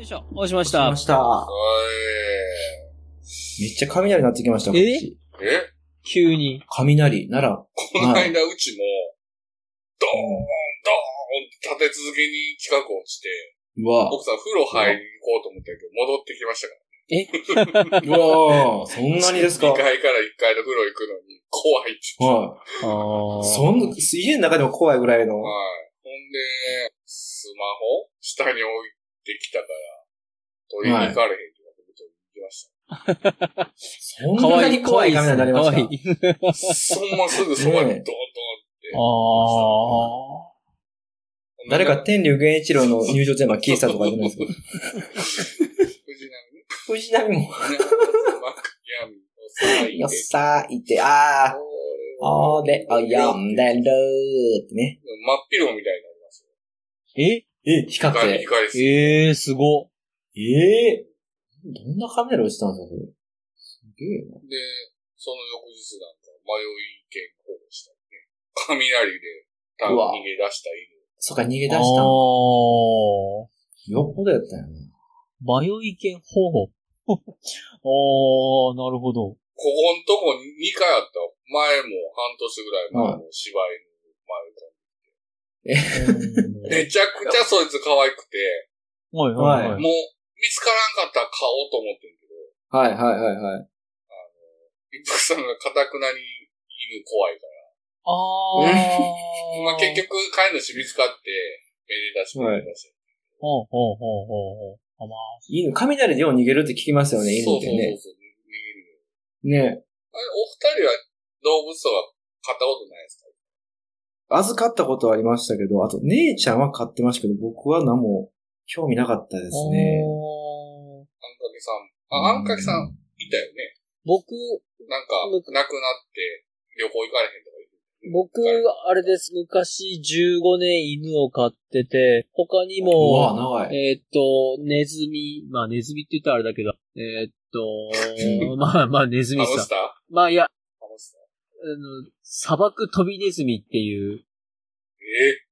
いしょ。押しまし来たま。した。めっちゃ雷鳴ってきました、こっち。おい。え急に。雷、なら、この間、うちも、ドーン、ドーンって立て続けに近く落ちて、うわ、奥さん風呂入りに行こうと思ったけど、戻ってきましたから。うわ、そんな にですか ?2 階から1階の風呂行くのに、怖いって言って。ああはい。そん、家の中でも怖いぐらいの。はい。ほんで、スマホ下に置いてきたから、取りに行かれへんって言われて取りに行きました。そんなに怖い雷になりました。い。そんますぐそばにドーンドーンって。ああ。ほんで誰か天竜源一郎の入場テーマ聞いてたとかじゃないですか。藤波ね。藤波も、藤波マックヤミをさいよでっ。さーいて、あー、おーで、お呼んでるーってね。真っ昼間みたいになりますよ。ええ、光っ光、て。光です。ええー、すご。ええどんなカメラ落ちたんですか、それ。すげえな。で、その翌日なんか、迷い犬保護したりね。雷で、多うわ分逃げ出した犬。そっか、逃げ出ああしたー。ん。よっぽどやったんやな。迷い犬保 護。ああ、なるほど。ここんとこ2回あった。前も半年ぐらい前も柴犬迷い込んで。うん めちゃくちゃそいつ可愛くて、はいはいはうい。もう見つからんかったら買おうと思ってんけど、はいはいはいはい。一服さんがかたくなに犬怖いから。ああ。まあ結局飼い主見つかって、めでたしめでたし。ほうほうほうほうほう。あまあ、犬、雷でよう逃げるって聞きますよね、犬そうっそうてね。そうそう。逃げるよあねれお二人は動物とか飼ったことないですか預かったことはありましたけど、あと姉ちゃんは飼ってましたけど、僕は何も興味なかったですね。あおーんかけさん。あ、あんかけさん、いたよね。僕、なんか、亡くなって旅行行かれへんとか言って。僕、あれです。昔15年犬を飼ってて、他にうも、わ、長い。えーっと、ネズミ、まあネズミって言ったらあれだけど、えーっと、まあまあネズミハムさスターハん。まあいや、あムスターの、砂漠飛びネズミっていう、え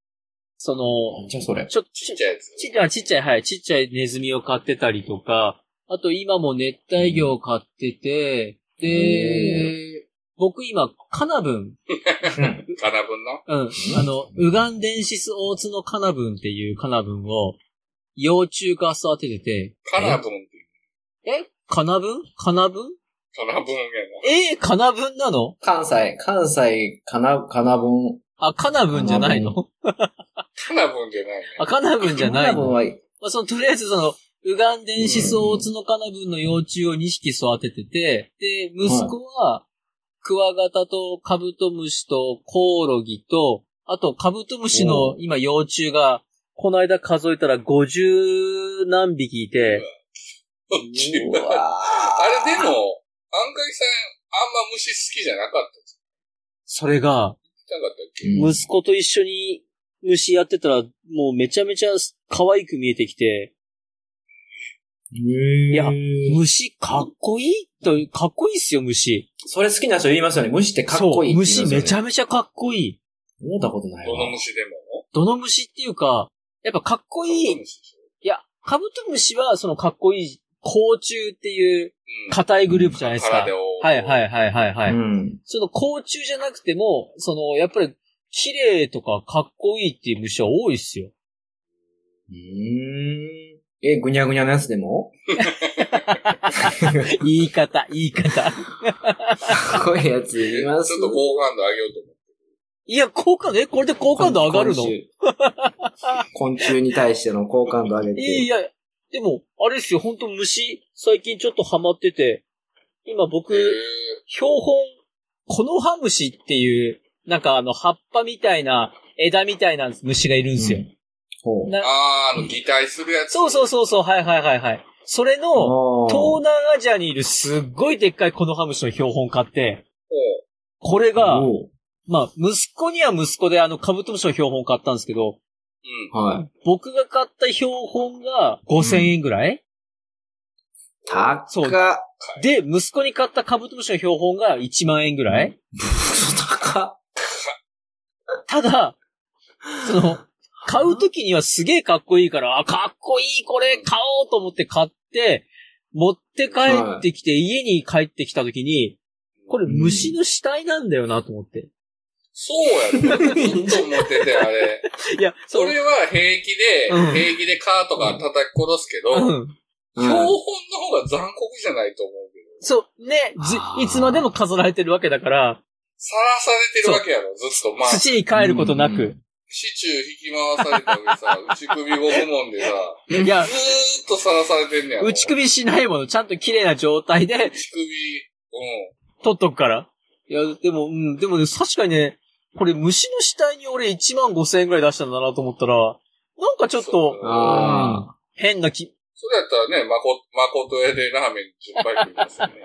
その、じゃあそれ。ちょ、ちちっっちゃいやつ。ちゃい、ちっちゃい、はい、ちっちゃいネズミを飼ってたりとか、あと今も熱帯魚を飼ってて、で、僕今、カナブン、カナブンな。うん、あの、ウガンデンシスオーツのカナブンっていうカナブンを、幼虫から育ててて、カナブンっていう。えカナブンカナブンカナブンやな。えー、カナブンなの関西、関西、かな、かなぶん。あ、カナブンじゃないのカナブンじゃないね。あ、カナブンじゃないかなのぶんまは、あ、その、とりあえずその、ウガンデンシスオオツノカナブンの幼虫を2匹育ててて、で、息子は、クワガタとカブトムシとコオロギと、あとカブトムシの今幼虫が、この間数えたら50何匹いて、こっちうはわあれでも、あんかけさん、あんま虫好きじゃなかったってそれが、言ってなかったっけうん息子と一緒に虫やってたら、もうめちゃめちゃ可愛く見えてきて、いや虫かっこいいと、かっこいいっすよ、虫。それ好きな人言いますよね。虫ってかっこいいそうって言いますよ虫ね、めちゃめちゃかっこいい。思ったことないわ。どの虫でもどの虫っていうか、やっぱかっこいどい。のい虫でしょや、カブトムシはそのかっこいい、甲虫っていう硬いグループじゃないですか。体を。。はいはいいはいはいはい。うん。その甲虫じゃなくても、その、やっぱり、綺麗とかかっこいいっていう虫は多いっすよ。うーん。え、ぐにゃぐにゃのやつでも言い方、言い方。かっこいいやつちいょまっす。と好感度上げようと思って。いや、好感度、え、これで好感度上がるのい 昆虫昆虫に対しての好感度上げやいて。や、でも、あれですよ、ほんと虫、最近ちょっとハマってて、今僕、へ標本、コノハムシっていう、なんかあの、葉っぱみたいな、枝みたいな虫がいるんですよ。ほなーあー、あの、擬態するやつ。そうそうそうそう、はいはいはいはい。それの、う。東南アジアにいるすっごいでっかいコノハムシの標本買って、おうこれが、おうまあ、息子には息子であの、カブトムシの標本買ったんですけど、うん。はい。僕が買った標本が5000円ぐらい、高そうっ。で、息子に買ったカブトムシの標本が1万円ぐらい高っ。ただ、その、買う時にはすげえかっこいいから、あ、かっこいいこれ買おうと思って買って、持って帰ってきて、家に帰ってきた時に、これ虫の死体なんだよなと思って。そうやね。ずっと思ってて、あれ。いや、そ それ、れは平気で、うん平気でカーとか叩き殺すけど、うん。標本のはい方が残酷じゃないと思うけど、そう、ね、あず、ーいつまでも飾られてるわけだから、さらされてるわけやろ、ずっと。まあ、土に帰ることなく。シチュー引き回されたわけさ、 内首5部門でさ、いやず、ーっとさらされてんねやろ。打ち首しないもの、ちゃんと綺麗な状態で内首、うん。取っとくから。いや、でも、うん、でもね、確かにね、これ虫の死体に俺1万5千円くらい出したんだなと思ったら、なんかちょっそうと、ああ。変な気、それやったらね、まこ、まこと屋でラーメン10杯食いますよ ね。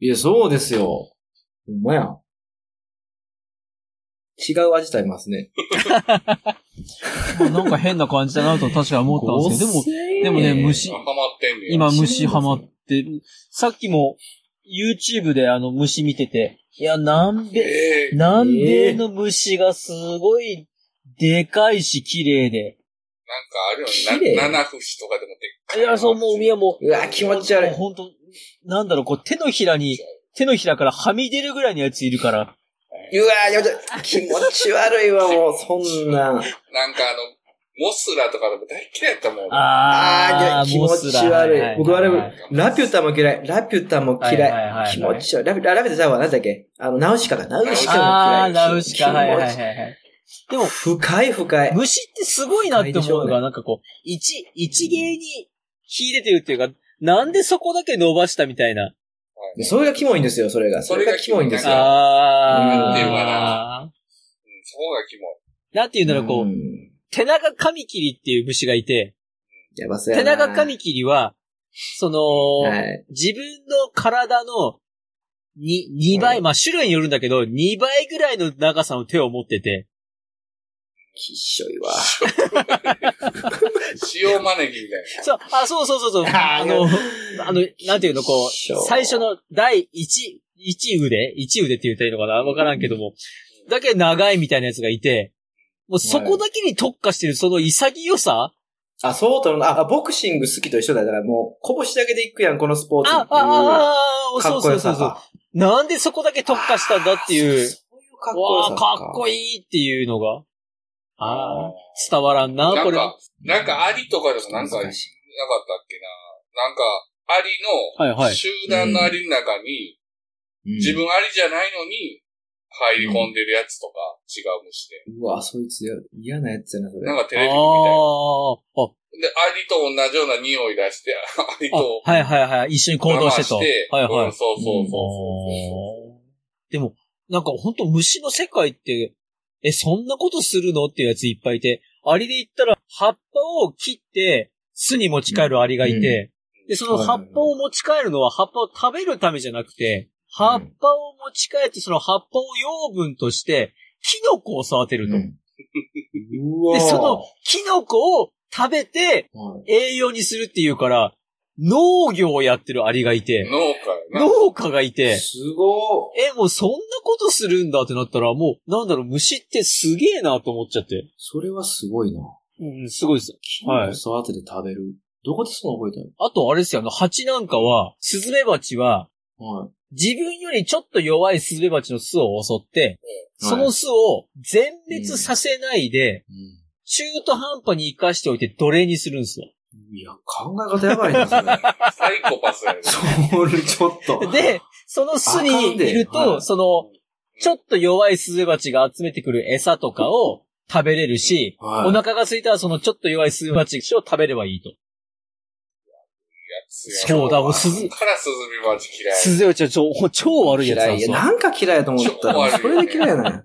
いや、そうですよ。ほんまやん。違う味食べますね。なんか変な感じだなと確か思ったんですけど、でも、ででもね虫ハマってんねや。今虫ハマって、さっきも YouTube であの虫見てて、いや、南米、ええ南米の虫がすごいでかいし綺麗で、なんかあ綺るよね。麗な七節とかでもでっかいい。や、そう、もう、いや、もう。うわ気持ち悪いもう本当なんだろう、こう、手のひらに、手のひらからはみ出るぐらいのやついるから。うわーやめて気持ち悪いわ、もう、そんなな。んかあの、モスラとかでも大嫌いやったもん。あー、気持ち悪い。僕はあれもラピュタも嫌い。ラピュタも嫌。はいはいはいはいい気持ち悪い。ラピュタ、ラピュタちゃうわ、なんだっけあの、ナウシカだ。ナウシカも嫌い。あー、ラウシカ、はいはいはいい。はい。でも、深い深い。虫ってすごいなって思うの深いでしょが、うねなんかこう、一、一芸に秀でてるっていうか、なんでそこだけ伸ばしたみたいな。でそれがキモいんですよ、それが。それがキモいんですよ。あなんていうかうー。ん、そこがキモい。なんていうんだろう、こうう、ん手長カミキリっていう虫がいて、やばそう手やな。長カミキリは、その、はい。自分の体のに2倍、まあ種類によるんだけど、2倍ぐらいの長さの手を持ってて、きっしょいわ。塩マネギみたいな。そう、あ、そうそうそうそう、あの、あの、なんていうの、こきっしょう、最初の第1、一腕一腕って言ったらいいのかなわからんけども、だけ長いみたいなやつがいて、もうそこだけに特化してるその潔さ、あ、そうとの、あ、ボクシング好きと一緒だ。だからもう、拳だけでいくやん、このスポーツっていあう。、あ、ああ、かそうっこそうよそさうそう。が。なんでそこだけ特化したんだっていう。そういうかっこよわあ、さが。かっこいいいっていうのが。あ あ、伝わらんな、なこんれ。か、なんかアリとかでもなんか、なかったっ難しいけな。なんか、アリの、はいはい。集団のアリの中に、い自分アリじゃないのに、入り込んでるやつとか、違う虫で。うわ、そいつや嫌なやつやな、それ。なんかテあレビみたあ、いな。で、アリと同じような匂い出して、アリあ、と、はいはいはい。一緒に行動してと。我慢はいはういん。そうそうそうおーでも、なんか本当虫の世界って、え、そんなことするのっていうやついっぱいいて、アリで言ったら、葉っぱを切って、巣に持ち帰るアリがいて、で、その葉っぱを持ち帰るのは葉っぱを食べるためじゃなくて、葉っぱを持ち帰って、その葉っぱを養分として、キノコを育てると。うわで、そのキノコを食べて、はい栄養にするっていうから、農業をやってるアリがいて、農家やな。農家がいて、すごえ、ーもうそんなことするんだってなったら、もう、なんだろう、虫ってすげえなと思っちゃって。それはすごいな。うん、すごいです。キはいノコ育てて食べる。どこでその覚えたのあと、あれですよ、あの、蜂なんかは、スズメバチは、はい。自分よりちょっと弱いスズメバチの巣を襲って、はいその巣を全滅させないで、う中途半端に生かしておいて奴隷にするんですよ。ん。いや、考え方やばいな、それ。サイコパス やで。それ、ちょっと。で、その巣にいるあかんではと、いその、ちょっと弱いスズメバチが集めてくる餌とかを食べれるし、はい、お腹が空いたらそのちょっと弱いスズメバチを食べればいいと。そうだもう鈴からスズメバチ嫌い。スズメバチは超超悪いやつ嫌なんい。でいや、すよ。なんか嫌いやと思ったちょっと悪いら、それで嫌いやね。は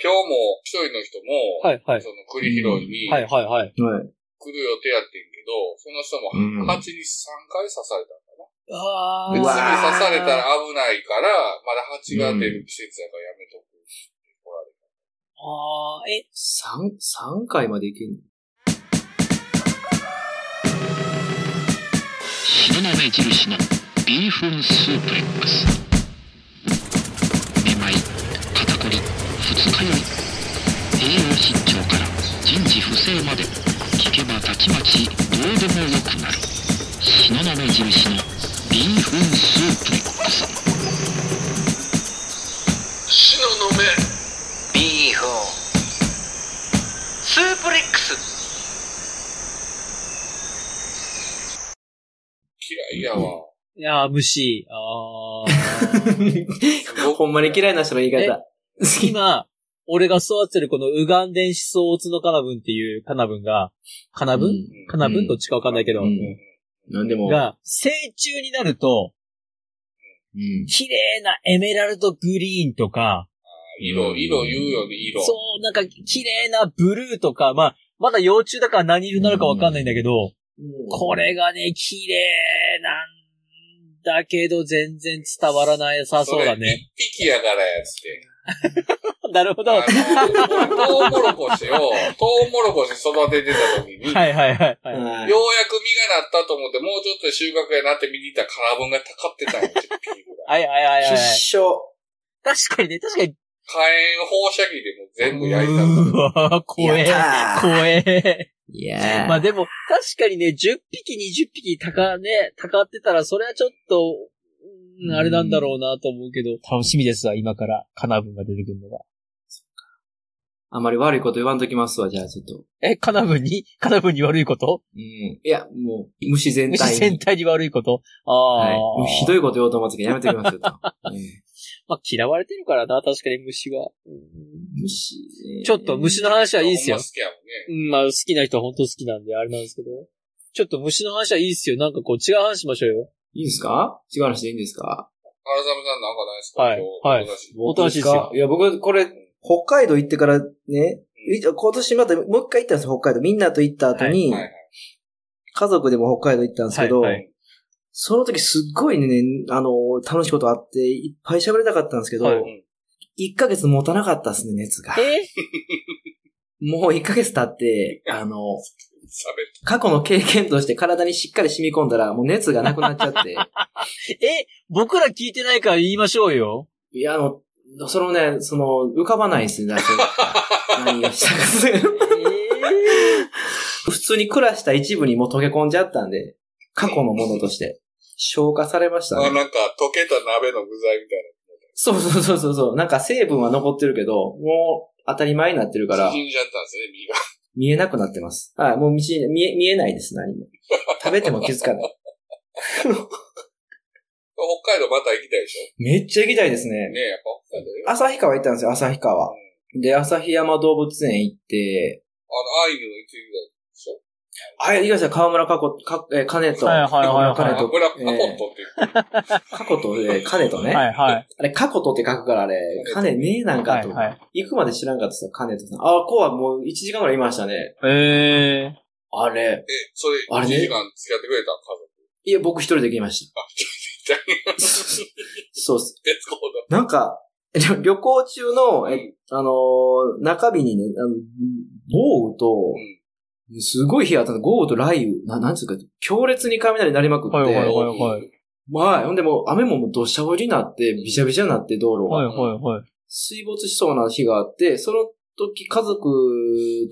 今日も一人の人も、はいはいその栗拾いにはい来はいはい。い。る予定やってんけど、その人うもん蜂に3回刺されたんだな。あでう次わ刺ーされたら危ないから、まだ蜂が出る季節やからやめとく。ほらあーえ、三、三回までいけんの白鍋印のビーフンスープレックスめまい肩こり二日酔い栄養失調から人事不正まで聞けばたちまちどうでもよくなる東雲印のビーフンスープレックス死ののめビーフンスープレックス嫌いや わ。いやー、虫。あ ー。ほんまに嫌いな人の言い方。好き今、な。俺が育ててるこのウガンデンシソウツノカナブンっていうカナブンが、カナブン、うんカナブンどっちかわかんないけど、うんなんでも。が、成虫になると、うん綺麗なエメラルドグリーンとか、色、色言うよね、色。そう、なんか綺麗なブルーとか、まあ、まだ幼虫だから何色になるかわかんないんだけど、これがね、綺麗なんだけど、全然伝わらないさそうだね。。一匹やからやつって。 なるほど。あはいのトウモロコシを、 トウモロコシ育ててた時に、ようやはいはい、はい。くは実がなっいたと思って、もうちょっとで収穫やなって見に行ったらカラブンがたかってたんよ、10匹ぐらい。はいはいはいはい。必勝。確かにね、確かに。火炎放射器でもう全部焼いたの。うわ怖えやった。ー怖え。いやまあでも、確かにね、10匹、20匹、たか、ね、たかってたら、それはちょっと、うん、あれなんだろうなと思うけど。楽しみですわ、今から、カナブンが出てくるのが。あんまり悪いこと言わんときますわ、じゃあちょっと。え、カナブンにカナブンに悪いことうん。いや、もう、虫全体虫に。全体に悪いことああはい。もうひどいこと言おうと思ったけど、やめておきますよ、と。 うんまあ、嫌われてるからな、確かに虫は。虫ね。ちょっと虫の話はいいっすよほんま。好きやもんね。うん、まあ、好きな人は本当好きなんで、あれなんですけど。ちょっと虫の話はいいっすよ。なんかこう、違う話しましょうよ。いいですか違う話でいいんですか原沢さんなんかないですかはいはい今日おとなしいですよいや、僕、これ、北海道行ってからね、今年またもう一回行ったんですよ、北海道。みんなと行った後に、はいはい家族でも北海道行ったんですけど、はいはその時すっごいね、あの、楽しいことあって、いっぱい喋りたかったんですけど、はうん1ヶ月持たなかったですね、熱が。えもう1ヶ月経って、あの、喋って過去の経験として体にしっかり染み込んだら、もう熱がなくなっちゃって、え、僕ら聞いてないから言いましょうよ。いや、あの、そのね、その、浮かばないですね、だから何をしたか。えー、 普通に暮らした一部にもう溶け込んじゃったんで、過去のものとして、消化されましたあ、ね。なんか溶けた鍋の具材みたいそうそうそうそうそう。なんか成分は残ってるけど、もう当たり前になってるかな。ら、縮んじゃったんですね、身が。 見えなくなってます。はい、もう見え見え見えないです、何も。食べても気づかない。北海道また行きたいでしょめっちゃ行きたいですね。ねえ、やっぱ北海道よ。あ旭川行ったんですよ、旭川。で、旭山動物園行って、の、アイヌの行ってきたでしょあれ、行きました、河村かこ、か、えー、金と、はいはいはい河はい村あ、金これはとパ、コえットって言ってー、かこと、えー、金とね。はいはい。あれ、過去とって書くからあれ、金ねえなんかと。はいはい行くまで知らんかったですよ、金とさん。あ、こうはもう1時間ぐらいいましたね。えあれ。え、それ、あ1れ時間付き合ってくれた家族。いや、僕一人で行きまし。あ、ちょっと言った そうっす。鉄工 だ。なんか、旅旅行中の、え、あのー中日にね、あの、豪雨とう、ん。すごい日があったの、豪雨と雷雨、な、なんつうか、強烈に雷鳴りまくって、はいはいはいまあ、ほんでもう雨ももう土砂降りになって、びちゃびちゃになって、道路が。はいはいはい。水没しそうな日があって、その時家族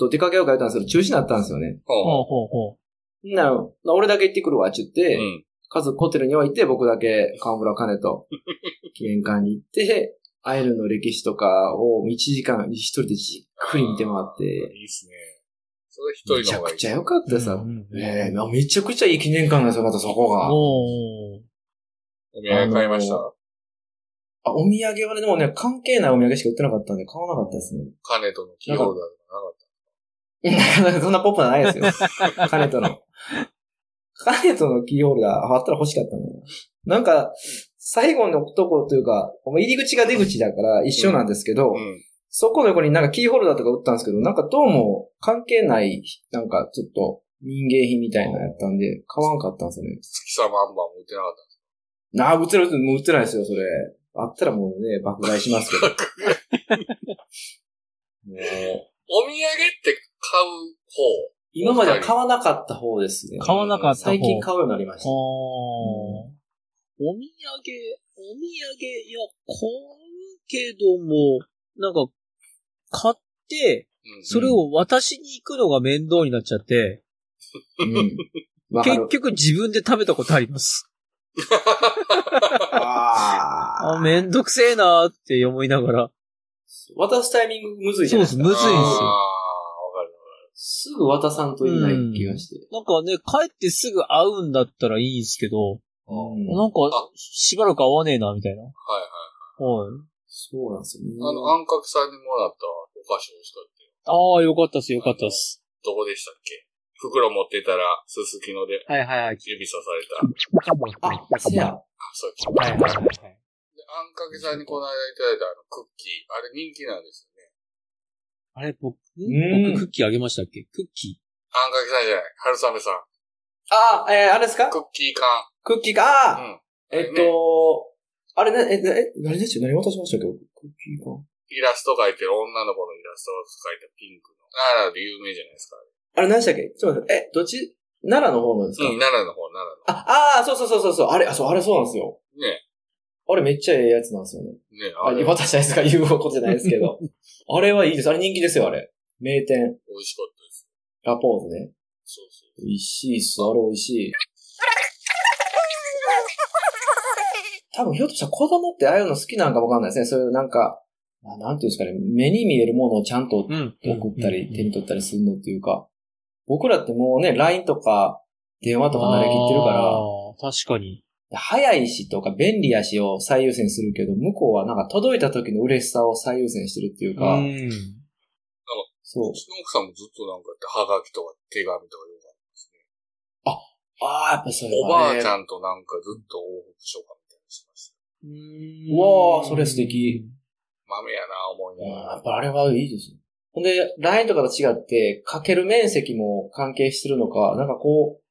と出かけようか言ったんですけど、中止になったんですよね。ほはうほうほな、俺だけ行ってくるわ、って言って、うん。家族ホテルに置いて、僕だけ川村金と 記念館に行って、アイルの歴史とかを1時間一人でじっくり見て回って、いいっすね。それ一め人ちのゃ方がいくい。ちゃ良かったさ。うんうんねえめちゃくちゃいい記念館ですよ、またそこう。が。おー。お土産買いましたあ。あ、お土産はね、でもね、関係ないお土産しか売ってなかったんで、買わなかったですね。カネとの企業だとかなかっそんなポップなのないですよ。 カネトの。カネトのキーホルダー、ああったら欲しかったな。なんか、最後のところというか、入り口が出口だから一緒なんですけど、た。うん。そこの横になんかキーホルダーとか売ったんですけど、なんかどうも関係ない、なんかちょっと民芸品みたいなのやったんで、買わんかったんですよね。月様あんばんも売ってなかった。なあ、売ってる、もう売ってないですよ、それ。あったらもうね、爆買いしますけ ど。もおう土産って買う方。今までは買わなかった方ですね。買わなかった方最近買うようになりました。おー。お土産、お土産、いや、買うけども、なんか、買って、うんそれを渡しに行くのが面倒になっちゃって、うん。わか結る。局自分で食べたことあります。ああ、あ。めんどくせえなーって思いながら。渡すタイミングむずいじゃないですか。そうですむずいんですあーわよかる。すぐ渡さんといない気がして。なんかね、帰ってすぐ会うんだったらいいんすけど、うんなんかあしばらく会わねえな、みたいな。はいはい。はい。そうなんですよね。あの、あんかけさんにもらったお菓子美味しかったよ。ああ、よかったっす、よかったっす。どこでしたっけ袋持ってたら、すすきのではいはいはい。指さされた。あ、あ、せや。そうです。はいはいはいはい。であんかけさんにこの間いただいたあのクッキー、あれ人気なんですよね。あれ、僕、うん僕クッキーあげましたっけクッキあんかけさんじゃない、春雨さん。あ、えー、あれですかクッキー缶。クッキーうか。あん。ーえっと、あれね、え、なえ、何でしょ何渡しましたっけクッキーか。イラスト描いてる女の子のイラストが描いたピンクの。奈良で有名じゃないですか。あれ何でしたっけちょっと待って、え、どっち奈良の方なんですか、うん、奈良の方、奈良の。あ、あーそうそうそうそうそう。あれ、あ、そう、あれそうなんですよ。ねあれめっちゃええやつなんですよね。ねああれれ、渡したいですか言うことじゃないですけど。 あれはいいです。あれ人気ですよ、あれ。名店。美味しかったです。ラポーズね。そうそう。美味しいっす。あれ美味しい。多分、ひょっとしたら子供ってああいうの好きなんかわかんないですね。そういうなんか、ななんていうんですかね、目に見えるものをちゃんとー。うん。送ったり、手ビに取ったりするのっていうか、僕らってもうね、LINE とか、電話とか慣れきってるから、確かに。早いしとか便利やしを最優先するけど、向こうはなんか届いた時の嬉しさを最優先してるっていうか、うん。そうう。ちの奥さんもずっとなんかやって、はがきとか手紙とかよくあるんですね。ああ、やっぱそれおばあちゃん。んとなんかずっと往復しようかみたいなのしました。ううわーそれ素敵。豆やな、思いうんながら。やっぱあれはいいですよ。ほんで、LINE とかと違って、書ける面積も関係してるのか、なんかこう、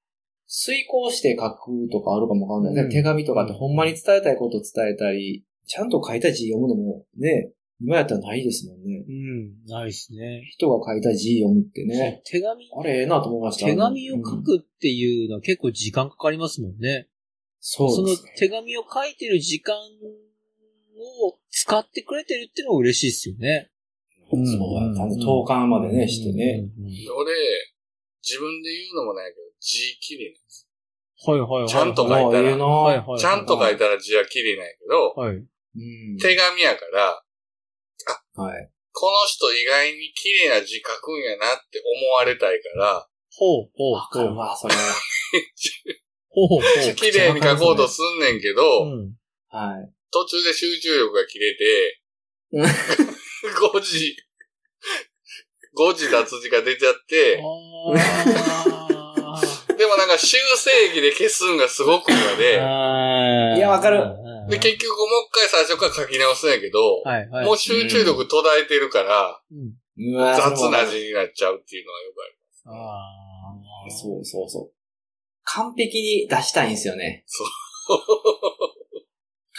遂行して書くとかあるかもわかんない。うん手紙とかってほんまに伝えたいことを伝えたり、ちゃんと書いた字読むのもね、今やったらないですもんね。うん。ないですね。人が書いた字読むってね。手紙、あれ、ええなと思いました。手紙を書うんくっていうのは結構時間かかりますもんね。そうのですね。手紙を書いてる時間を使ってくれてるっていうのが嬉しいですよね。そうやったんで、投函までね、してね。うんうんうん。俺、自分で言うのもないけど、字綺麗なんです。はいはいはい。ちゃんと書いあたらあ、ええなはいはい。ちゃんと書いたら字は綺麗ないけど、はい。うん手紙やから、はい。この人意外に綺麗な字書くんやなって思われたいから、ほうほうわかるほう。わ、それ。ほうほうほ綺麗に書こうとすんねんけど、う。うん。はい。途中で集中力が切れて、うん5時、5時脱字が出ちゃって、であもなんか修正儀で消すんがすごく嫌 で、ーいやわかる。で、結局もう一回最初から書き直すんやけど、はいはい。もう集中力途絶えてるから、うんうわ雑それな字になっちゃうっていうのはよくある。あーそうそうそう。完璧に出したいんですよね。。そう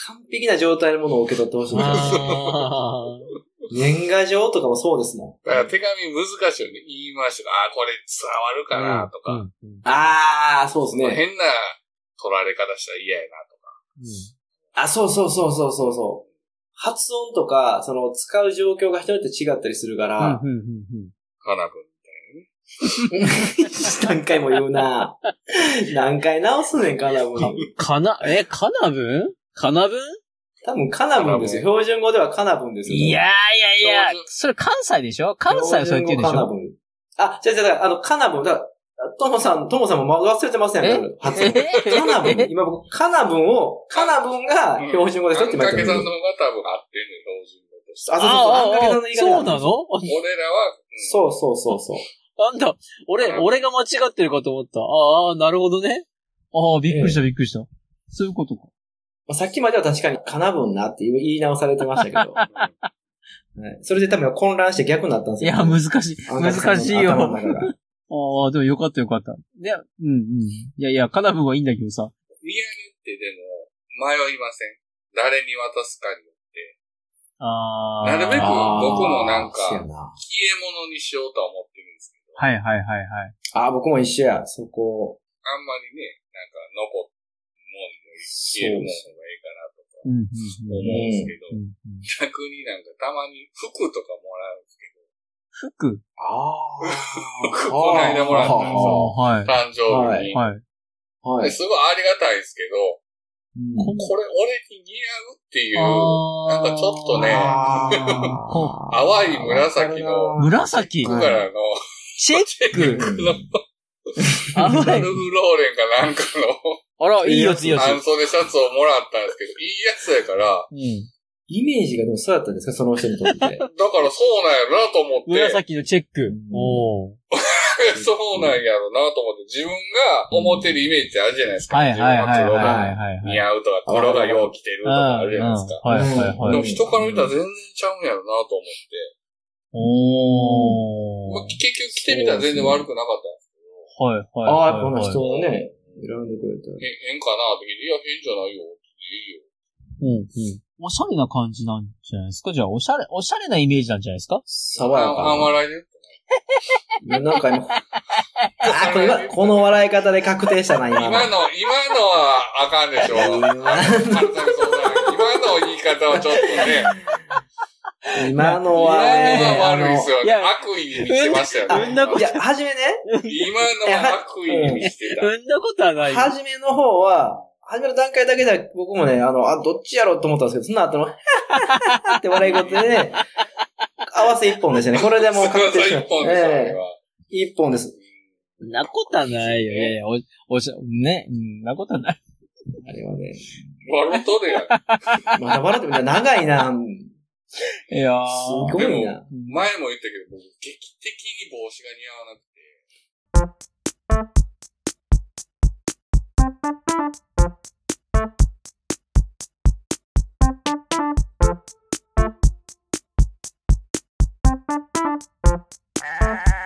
完璧な状態のものを受け取ってほしいんですよ。あ年賀状とかもそうですもん。だから手紙難しいよね。言い回して、ああ、これ伝わる かー。なとか、うん。うんあー、そうですね。変な取られ方したら嫌やなとか。あ、そうそうそうそうそうそう。発音とか、その、使う状況が人によって違ったりするから、うんうんうんかなくん。 何回も言うな 何回直すねん、カナブ ン。うんかな、え、かなぶんかなぶん多分カナブンですよ。標準語ではカナブンですよ。いやいやいや標準、それ関西でしょ関西はそう言ってるでしカナょブンあ、違う違う違う、あの、カナブン、だからともさん、ともさんも忘れてませんえよ、発音。カナブン、今僕、カナブンを、カナブンが標準語ですよってあん言っかてけまさんしの方が多分合ってんねん、標準語として。あそうあそうそうあんかけさんそうの言い方なの俺らは、うんそうそうそうそう。なんだ、俺、俺が間違ってるかと思った。ああ、なるほどね。ああ、びっくりした、びっくりした。そういうことか。まあさっきまでは確かにカナブンなって言い直されてました けど。はいそれで多分混乱して逆になったんですいよ。や、難しい。あんか難けさんのしいよ。頭の中がああ、でもよかったよかった。で、うんうん。いやいや、カナブンはいいんだけどさ。見上げってでも、迷いません。誰に渡すかに。あなあ。るべくあー僕もなんかそう消やなえ物にしようとは思ってるんですけど、はいはいはいはい。あー、僕も一緒や、そこ。あんまりね、なんか残っもんより消えるもんの方がいいかなとかうんうん思うんですけど、うん。うんうん逆になんかたまに服とかもらうんですけど、服あ ーこの間もらったんですあよは誕生あ、はい。日に。はい。あはい。ですごいありがたいんですけど、うんこれ俺に似合うっていう、あなんーかちょっとねあーこ 淡い紫のわかるな紫僕からの、チェック僕のラあいル。フローレンかなんかあら、いいやつ、いいやの、つ。半袖シャツをもらったんですけど、いいやつやから、うん。 イメージがでもそうだったんですかその人にと って。だからそうなんやろなと思って、紫のチェック。おー。そうなんやろなと思って、自分が思ってるイメージってあるじゃないですか。はいはいはいはい自分ははいはい。黒が似合うとか、黒がよう着てるとかあるじゃないですか。うんうんはいはいうんではもい。人から見たら全然ちゃうんやろなと思って、おまあー。結局着てみたら全然悪くなかったんですけど、はいはいはい。ああ、この人をね、選んでくれた。へ変かなって聞いて、いや、変じゃないよ。いいよ。うんうん。おしゃれな感じなんじゃないですかじゃあ、おしゃれ、おしゃれなイメージなんじゃないですか爽やあんまからいで。な。なんか今、あーこれ今この笑い方で確定したな、今今の。の、今のはあかんでしょ。今今の言い方はちょっとね、今今ののはね、は悪いですよいね。や悪意に満ちてましたよね。うんなこといや、はじめね、今のは悪意に満ちてた。んなことはなはじめの方は、はじめの段階だけでは僕もね、あの、あ、どっちやろうと思ったんですけど、その 後の、って笑い事でね、合わせ一本でしたね。これでもうそう確定しそうま一した。本ですよ、あれええは。一本です。そんなことはないよね。お、おしゃ、ね、うんなことはない。あれはね、笑うとるやん。まだ笑っても、いや長いな。すいやー。前も言ったごいな。けど、僕、劇的に帽子が似合わなくて。あ